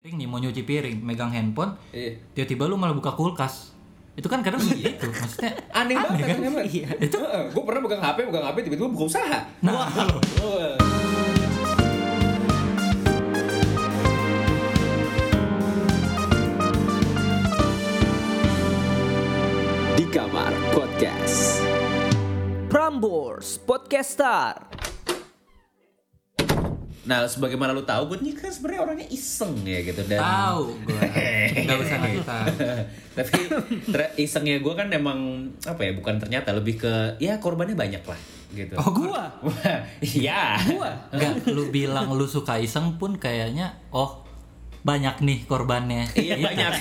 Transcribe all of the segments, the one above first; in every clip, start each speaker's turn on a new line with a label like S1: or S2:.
S1: piring nih mau nyuci piring megang handphone
S2: Iya.
S1: tiba-tiba lu malah buka kulkas itu kan kadang gitu maksudnya
S2: Aneh banget,
S1: kan?
S2: aneh banget.
S1: Iya. itu
S2: gue pernah pegang HP, pegang HP tiba-tiba buka usaha.
S1: nah lo
S2: Wah.
S3: di kamar podcast. Prambors Podcaster.
S2: Nah, sebagaimana lu tahu, gue ini kan sebenarnya orangnya iseng ya gitu dan
S1: tahu gue nggak usah kita
S2: tapi ter- isengnya gue kan emang apa ya bukan ternyata lebih ke ya korbannya banyak lah gitu
S1: oh gua
S2: Wah, iya
S1: nggak lu bilang lu suka iseng pun kayaknya oh banyak nih korbannya
S2: Iya,
S1: Gitu.
S2: banyak.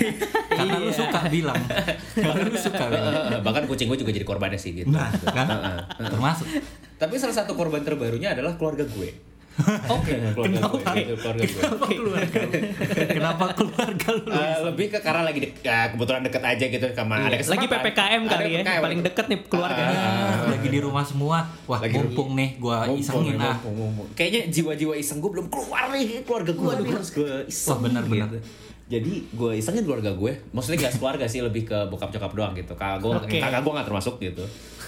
S1: karena lu
S2: Iya.
S1: suka bilang karena lu suka bilang Kan?
S2: Eh, bahkan kucing gue juga jadi korbannya sih gitu
S1: nah kan
S2: Heeh.
S1: termasuk
S2: tapi salah satu korban terbarunya adalah keluarga gue oke keluarga gue gitu, keluarga gue
S1: kenapa keluarga lu? kenapa keluarga lu
S2: Eh, lebih ke karena lagi dek- eh, kebetulan deket aja gitu sama ada kesempatan.
S3: Lagi PPKM
S2: Ada
S3: kali ya,
S2: PPKM.
S3: paling deket nih keluarga.
S2: Ah, ah, ah.
S1: lagi di rumah semua wah
S2: Lagi-
S1: mumpung nih gua
S2: Mumpung,
S1: isengin
S2: mumpung,
S1: ah
S2: mumpung. Kayaknya jiwa-jiwa iseng gue belum keluar nih keluarga gue aduh, harus gue iseng.
S1: Wah, benar, benar.
S2: gitu. Jadi gue isengin keluarga gue. Maksudnya gak keluarga sih lebih ke bokap cokap doang gitu. Kakak gue
S3: Oke.
S2: kakak gue gak termasuk gitu.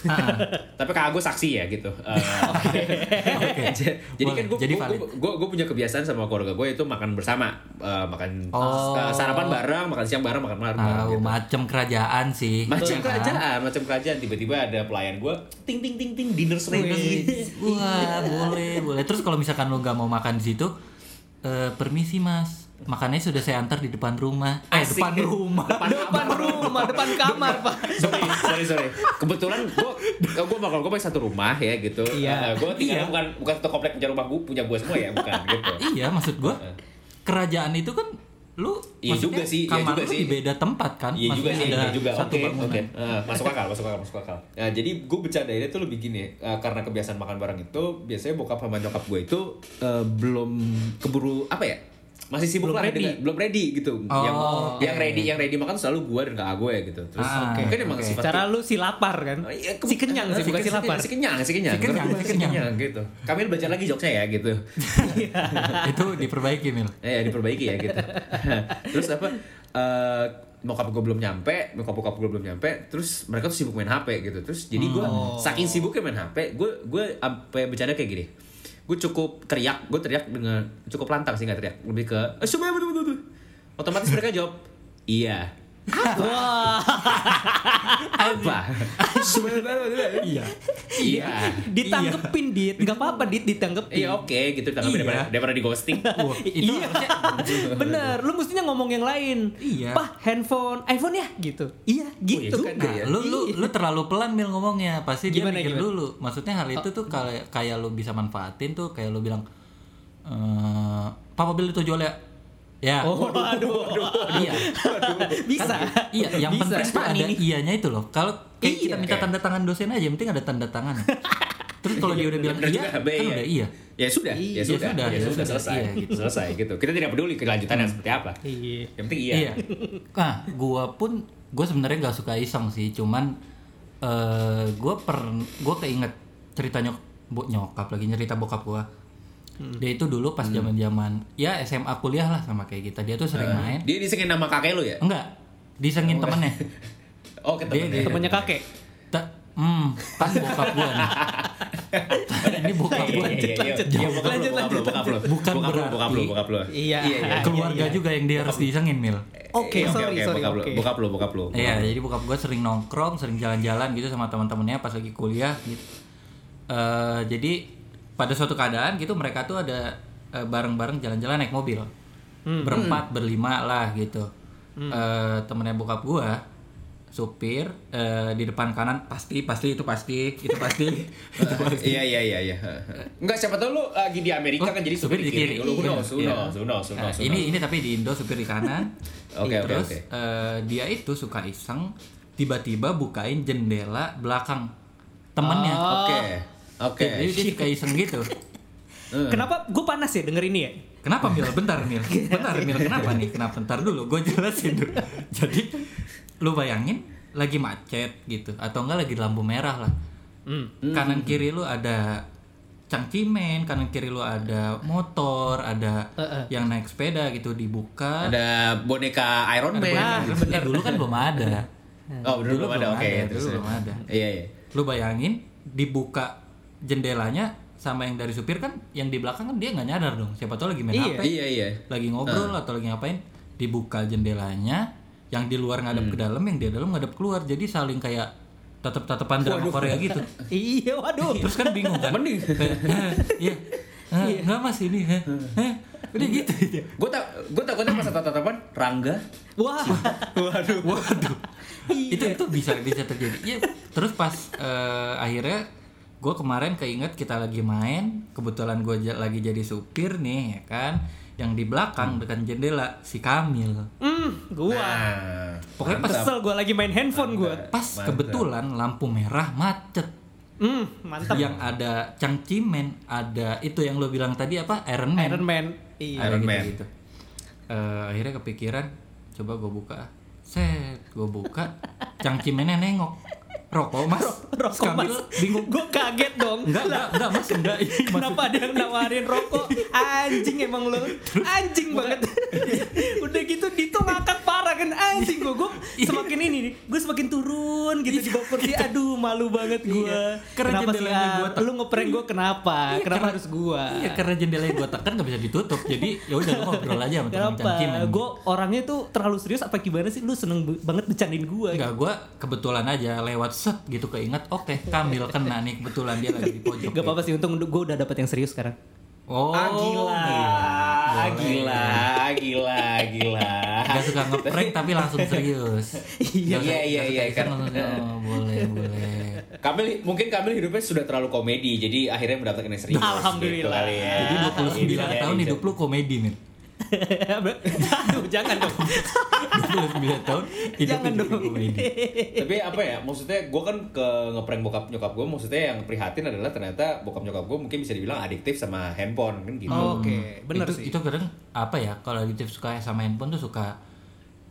S1: Ah,
S2: Tapi kakak gue saksi ya gitu. Eh,
S1: oke.
S2: Jadi
S1: Boleh,
S2: kan gue
S1: jadi
S2: gue-
S1: valid.
S2: gue- gue- gue punya kebiasaan sama keluarga gue itu makan bersama, Eh, makan
S1: Oh.
S2: eh, sarapan bareng, makan siang bareng, makan malam bareng.
S1: Tahu
S2: gitu.
S1: macam kerajaan sih.
S2: macam
S1: Iya kan?
S2: kerajaan macam kerajaan tiba-tiba ada pelayan gue ting ting ting ting dinner
S1: Wih,
S2: sendiri
S1: Wah, boleh, boleh. Terus kalau misalkan lu nggak mau makan di situ, eh, permisi mas, makannya sudah saya antar di depan rumah. Eh,
S2: Asik.
S1: depan rumah.
S3: Depan rumah, depan kamar, Pak.
S2: sorry sorry sorry kebetulan gue gue bakal gue punya satu rumah ya gitu
S3: Iya.
S2: gue
S1: Iya.
S2: tinggal bukan bukan satu komplek punya rumah gue punya gue semua ya bukan gitu
S1: iya, maksud gua kerajaan itu kan lu
S2: Iya
S1: maksudnya
S2: juga sih, iya
S1: kamar
S2: juga
S1: lu
S2: sih.
S1: di beda tempat kan?
S2: Iya juga
S1: Maksudnya
S2: sih,
S1: ada
S2: iya juga.
S1: satu
S2: Oke,
S1: bangunan.
S2: oke. Eh, masuk akal, masuk akal, masuk akal. Nah, jadi gue bercandainnya tuh lebih gini, eh, karena kebiasaan makan bareng itu biasanya bokap sama nyokap gue itu eh, belum keburu apa ya? Masih sibuk
S3: Belum
S2: lah
S3: ready.
S2: dengan- belum ready gitu.
S1: Oh,
S2: yang
S1: oke.
S2: yang ready, yang ready makan selalu gue dan kakak gue gitu. Terus
S1: Ah,
S2: oke. mungkin emang
S1: oke.
S2: sifat
S3: Cara lu si lapar kan?
S2: Oh, iya, ke-
S3: Si kenyang sih,
S2: eh,
S3: bukan si
S2: kenyang,
S3: lapar.
S2: Si kenyang, si kenyang.
S1: Si kenyang,
S2: Menurut gue
S1: si kenyang.
S2: gitu. Kami belajar lagi jokesnya ya gitu.
S1: itu diperbaiki mil.
S2: Eh ya, diperbaiki ya gitu. terus apa? eh bokap gue belum nyampe, bokap bokap gue belum nyampe, terus mereka tuh sibuk main HP gitu. Terus jadi gue saking sibuknya main HP, gue gue sampai bercanda kayak gini. Gue cukup teriak, gue teriak dengan cukup lantang sih nggak teriak, lebih ke "Eh, coba betul betul. betul." Otomatis mereka jawab, "Iya."
S3: Wah,
S2: Apa? Coba, betul, betul, betul.
S1: Iya.
S2: Iya.
S3: ditanggepin dit, nggak apa-apa dit ditanggepin.
S2: Iya oke gitu tanggapin
S1: Iya.
S2: daripada, daripada di ghosting.
S1: Wah, itu
S3: Iya.
S1: harusnya
S3: Bener, lu mestinya ngomong yang lain.
S1: Iya.
S3: Pak, handphone, iPhone ya gitu. Iya, gitu.
S2: Oh, juga
S3: Nah,
S2: ya.
S1: lu lu lu terlalu pelan mil ngomongnya pasti
S3: Gimana,
S1: dia mikir
S3: gimana? Oh.
S1: dulu maksudnya hal itu tuh kayak kayak lu bisa manfaatin tuh kayak lu bilang eh papa beli itu jual ya ya
S3: Oh, aduh,
S1: iya
S3: Bisa.
S2: Kan gitu.
S1: iya yang
S3: Bisa. Iya.
S1: penting tuh
S3: Pak,
S1: ada ianya itu loh kalau kayak
S3: Iya.
S1: kita minta tanda tangan dosen aja yang penting ada tanda tangan terus kalau dia udah bilang
S2: Bener
S1: iya
S2: juga,
S1: kan
S2: Be, ya.
S1: udah iya
S2: Ya sudah, ya,
S1: Iya,
S2: sudah,
S1: sudah,
S2: ya
S1: ya
S2: sudah,
S1: sudah,
S2: selesai,
S1: iya, Hmm.
S2: gitu. selesai gitu. Kita tidak peduli kelanjutannya seperti apa.
S3: Iya.
S2: Yang penting iya.
S1: Iya. Nah, gua pun gua sebenarnya nggak suka iseng sih, cuman eh gua per gua keinget cerita nyok bo- nyokap lagi cerita bokap gua.
S2: Hmm.
S1: Dia itu dulu pas zaman-zaman ya SMA kuliah lah sama kayak kita. Dia tuh sering main.
S2: Dia disengin nama kakek lu ya?
S1: Enggak, disengin temennya.
S2: Oh, ke
S1: Dia-
S2: temennya.
S1: dia-
S3: Temennya kakek.
S1: Ta- hmm, kan bokap gua nih. Ini bokap gua.
S2: Iya, iya, iya.
S3: Lanjut,
S2: Iya, bokap
S3: lanjut,
S2: lu, bokap
S3: lanjut,
S2: lu, bokap lu.
S1: Bukan
S2: Bokap lu,
S1: berarti-
S2: bokap lu, bokap lu.
S3: Iya.
S1: Keluarga juga yang dia harus disengin, Mil.
S3: Oke,
S2: Iya,
S3: sorry,
S2: oke,
S3: sorry,
S2: Bokap lu,
S3: oke.
S2: bokap lu, bokap lu.
S1: Iya, jadi bokap gue sering nongkrong, sering jalan-jalan gitu sama teman-temannya pas lagi kuliah gitu. Eh, jadi pada suatu keadaan gitu mereka tuh ada eh, bareng-bareng jalan-jalan naik mobil.
S2: Hmm.
S1: Berempat, berlima lah gitu. Eh, temennya bokap gue supir eh, di depan kanan pasti pasti itu pasti itu pasti itu pasti
S2: Iya, iya, iya, iya. Enggak, siapa tahu lu lagi di
S1: Oh,
S2: Amerika kan jadi supir di kiri. Lu uno, uno, uno, uno,
S1: Iya, Nah, ini ini tapi di Indo supir di kanan.
S2: Oke, oke,
S1: Terus
S2: oke.
S1: eh, dia itu suka iseng tiba-tiba bukain jendela belakang temennya.
S2: Oke. Oke.
S1: Jadi dia suka iseng gitu.
S3: Kenapa gue panas ya denger ini ya?
S1: Kenapa Mil? Bentar Mil. Bentar Mil. Kenapa nih? Kenapa? Bentar dulu. Gue jelasin dulu. Jadi lu bayangin lagi
S3: Hmm.
S2: Hmm.
S1: macet gitu atau enggak lagi di lampu merah lah. Kanan kiri lu ada cangcimen kanan kiri lu ada motor ada
S3: Heeh.
S1: yang naik sepeda gitu dibuka
S2: Ada boneka Iron Man.
S1: Bener, bener. dulu kan belum ada
S2: Oh, dulu, belum ada. Oke,
S1: dulu
S2: terus.
S1: belum ada
S2: Iya, iya.
S1: lu bayangin dibuka jendelanya sama yang dari supir kan yang di belakang kan dia nggak nyadar dong siapa tahu lagi main
S3: Iya.
S1: hp
S2: Iya, iya.
S1: lagi ngobrol atau lagi ngapain dibuka jendelanya yang di luar ngadep ke dalam yang di dalam ngadep keluar jadi saling kayak tatap tatapan drama Korea gitu
S3: Iya, waduh.
S1: terus kan bingung kan
S2: Mending.
S1: iya Hah, nggak mas ini Hah? Hah? udah gitu
S2: Gue tak gue takutnya pas tatap-tatapan Rangga.
S3: Wah.
S2: Waduh.
S1: waduh itu itu bisa bisa terjadi Iya. terus pas eh, akhirnya gue kemarin keinget kita lagi main kebetulan gue lagi jadi supir nih ya kan yang di belakang dekat jendela si Kamil
S3: Hmm, gua.
S2: Nah,
S1: pokoknya pas
S3: Kesel gua lagi main handphone gua.
S1: pas
S2: Mantap.
S1: kebetulan lampu merah macet
S3: Hmm, mantap.
S1: yang ada cangcimen ada itu yang lo bilang tadi apa Iron Man
S3: Iron Man. Iya.
S1: Ada
S2: Iron Man.
S1: gitu-gitu. Eh, akhirnya kepikiran coba gue buka ah. set gue buka cangcimennya nengok rokok mas Terus
S3: Rokok
S1: Kamil
S3: mas.
S1: bingung
S3: Gua kaget dong.
S1: enggak enggak enggak mas enggak ini maksud-
S3: Kenapa ada yang nawarin rokok? Anjing emang lo. Anjing banget. Udah gitu Dito ngakak parah kan anjing gua. Gua
S1: Iya.
S3: semakin ini nih, gua semakin turun gitu di bawah kursi. Aduh, malu banget gua.
S1: Iya. Karena
S3: Kenapa sih?
S1: jendelanya gua
S3: Al?
S1: tak-
S3: Lu ngeprank gua kenapa?
S1: Iya,
S3: Kenapa
S1: karena-
S3: harus gua?
S1: iya karena jendelanya gue tekan kan nggak bisa ditutup jadi ya udah lu ngobrol aja sama teman
S3: Kenapa?
S1: cangcimen
S3: Gue orangnya tuh terlalu serius apa gimana sih? Lu seneng b- banget bercandain gue.
S1: Enggak, gue kebetulan aja lewat set gitu keinget Oke, Kamil kena nih kebetulan dia lagi di pojok ya.
S3: Gak apa-apa sih, untung gue udah dapet yang serius sekarang.
S1: Oh,
S2: Ah, gila.
S1: Boleh.
S2: Gila, gila, gila.
S1: Gak suka ngeprank tapi langsung serius
S2: Iya,
S1: Gak suka-
S2: iya,
S1: gak suka
S2: iya,
S1: iseng,
S2: kan.
S1: langsung, oh, boleh, boleh
S2: Kamil mungkin Kamil hidupnya sudah terlalu komedi jadi akhirnya mendapatkan yang serius. Gitu
S3: Alhamdulillah.
S2: kali ya. iya,
S1: Jadi 29 tahun hidup lu komedi men
S3: Aduh, jangan dong.
S1: 29 tahun hidup
S3: Jangan
S1: lu jadi
S3: dong.
S1: komedi
S2: Tapi apa ya? Maksudnya gue kan ke ngeprank bokap nyokap gue, maksudnya yang prihatin adalah ternyata bokap nyokap gue mungkin bisa dibilang adiktif sama handphone kan gitu.
S1: Oh.
S3: Oke, bener
S1: itu,
S3: sih.
S1: Itu kadang apa ya Kalau adiktif suka sama handphone tuh suka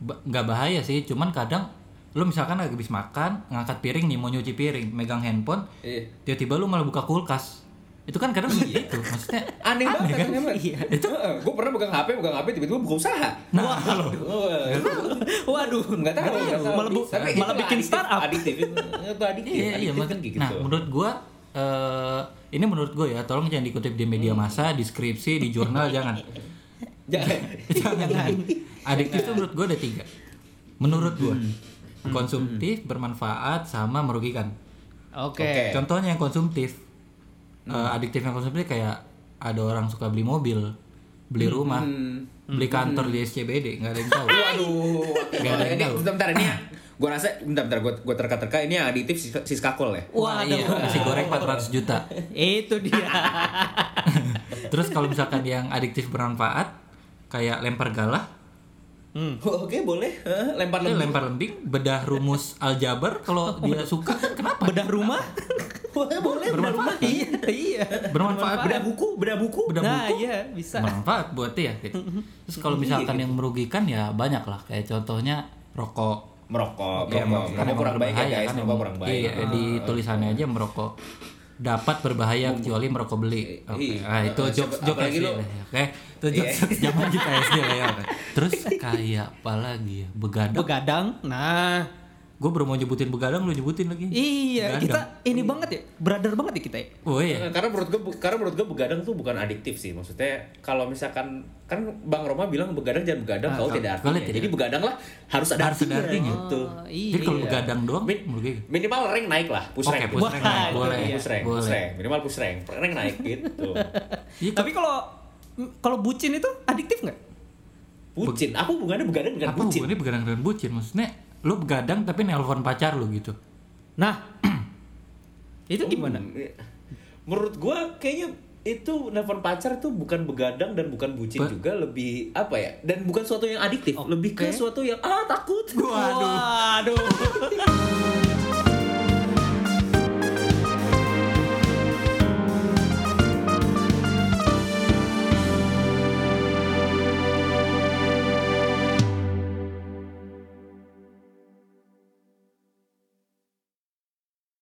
S1: ba- nggak bahaya sih Cuman kadang lu misalkan lagi habis makan ngangkat piring nih mau nyuci piring megang handphone
S2: Iya.
S1: tiba-tiba lu malah buka kulkas itu kan kadang begitu maksudnya
S2: Aneh, banget
S1: kan?
S2: kan?
S1: Iya. Itu-
S2: gue pernah pegang HP, pegang HP tiba-tiba buka usaha.
S1: nah lo
S2: Waduh.
S3: Waduh,
S2: Nggak tahu, nggak tahu.
S3: Malah, bu-
S2: Tapi
S3: malah
S2: itulah
S3: bikin
S2: adiktif,
S3: startup.
S2: Adiktif itu itu adiktif.
S1: Iya, iya,
S2: adiktif kan
S1: maksud-
S2: kayak
S1: Nah,
S2: gitu.
S1: menurut gua eh ini menurut gua ya, tolong jangan dikutip di media massa, di skripsi, di jurnal jangan.
S2: Jangan.
S1: jangan. jangan. Adiktif itu menurut gua ada tiga. Menurut gua konsumtif, bermanfaat, sama merugikan.
S3: Oke.
S2: Oke.
S1: Contohnya yang konsumtif, eh, adiktif yang konsumtif kayak ada orang suka beli mobil, beli rumah, beli kantor di SCBD, nggak ada yang tahu.
S2: Waduh.
S1: Nggak ada yang
S2: Ini
S1: tahu.
S2: bentar, bentar ini. Gue rasa bentar bentar gue gue terka-terka ini yang adiktif Sis- Siska Kol ya.
S1: Wah, iya, nasi goreng 400 juta.
S3: Itu dia.
S1: Terus kalau misalkan yang adiktif bermanfaat kayak lempar galah, Hmm.
S2: Oke, boleh. Hah, Lempar
S1: dia
S3: Iya.
S2: lempar.
S1: lempar lembing, bedah rumus aljabar kalau dia suka kan kenapa?
S3: Bedah rumah?
S2: Boleh, boleh.
S1: Bermanfaat.
S3: iya, iya.
S1: Bermanfaat bedah
S2: buku, bedah buku.
S1: bedah
S3: Nah,
S1: buku.
S3: iya, bisa. Iya, gitu.
S1: Bermanfaat buat dia gitu. Terus kalau misalkan yang merugikan ya banyak lah kayak contohnya rokok.
S2: Merokok,
S1: Ya, merokok
S2: merokok. Merokok
S1: emang
S2: kurang baik ya
S1: berbahaya
S2: guys,
S1: kan,
S2: merokok
S1: emang.
S2: kurang baik. Ah,
S1: Iya, di tulisannya aja merokok dapat berbahaya kecuali merokok beli. Oke.
S2: Iya.
S1: Ah, itu
S2: Siapa-
S1: jokes jokes
S2: apalagi
S1: SD
S2: lu- Iya.
S1: lah ya. Oke. Itu jokes zaman kita SD lah ya. Oke. Terus kayak apa lagi ya? Begadang.
S3: Begadang. Oh, Nah,
S1: Gue baru mau nyebutin begadang lu nyebutin lagi.
S3: iya
S1: Begadang.
S3: kita ini banget ya, brother banget ya kita ya.
S1: Oh iya.
S2: Eh, Karena menurut gue, karena menurut gue begadang tuh bukan adiktif sih. Maksudnya kalau misalkan kan Bang Roma bilang begadang jangan begadang kalau
S1: Ah, kalau-
S2: tidak
S1: kalau
S2: artinya.
S1: tidak.
S2: Jadi begadang lah harus ada
S1: Harus ada artinya.
S2: gitu.
S3: Oh,
S1: Jadi kalau
S3: iya.
S1: begadang doang
S2: Min-
S1: merugikan.
S2: minimal rank naik lah, push
S1: Oke,
S2: rank.
S1: push rank naik.
S3: Nah, itu
S1: boleh.
S3: dia.
S2: push rank, push
S1: boleh.
S2: rank. Minimal push rank, rank naik gitu.
S1: Iya,
S3: Tapi kalau kalau bucin itu adiktif nggak?
S2: Bucin, apa hubungannya begadang dengan
S1: apa
S2: bucin?
S1: hubungannya begadang dengan bucin? Maksudnya lu begadang tapi nelpon pacar lu gitu.
S3: Nah, itu gimana?
S2: Hmm, iya. Menurut gua kayaknya itu nelfon pacar tuh bukan begadang dan bukan bucin juga lebih apa ya dan bukan suatu yang adiktif lebih ke suatu yang ah takut
S3: Waduh.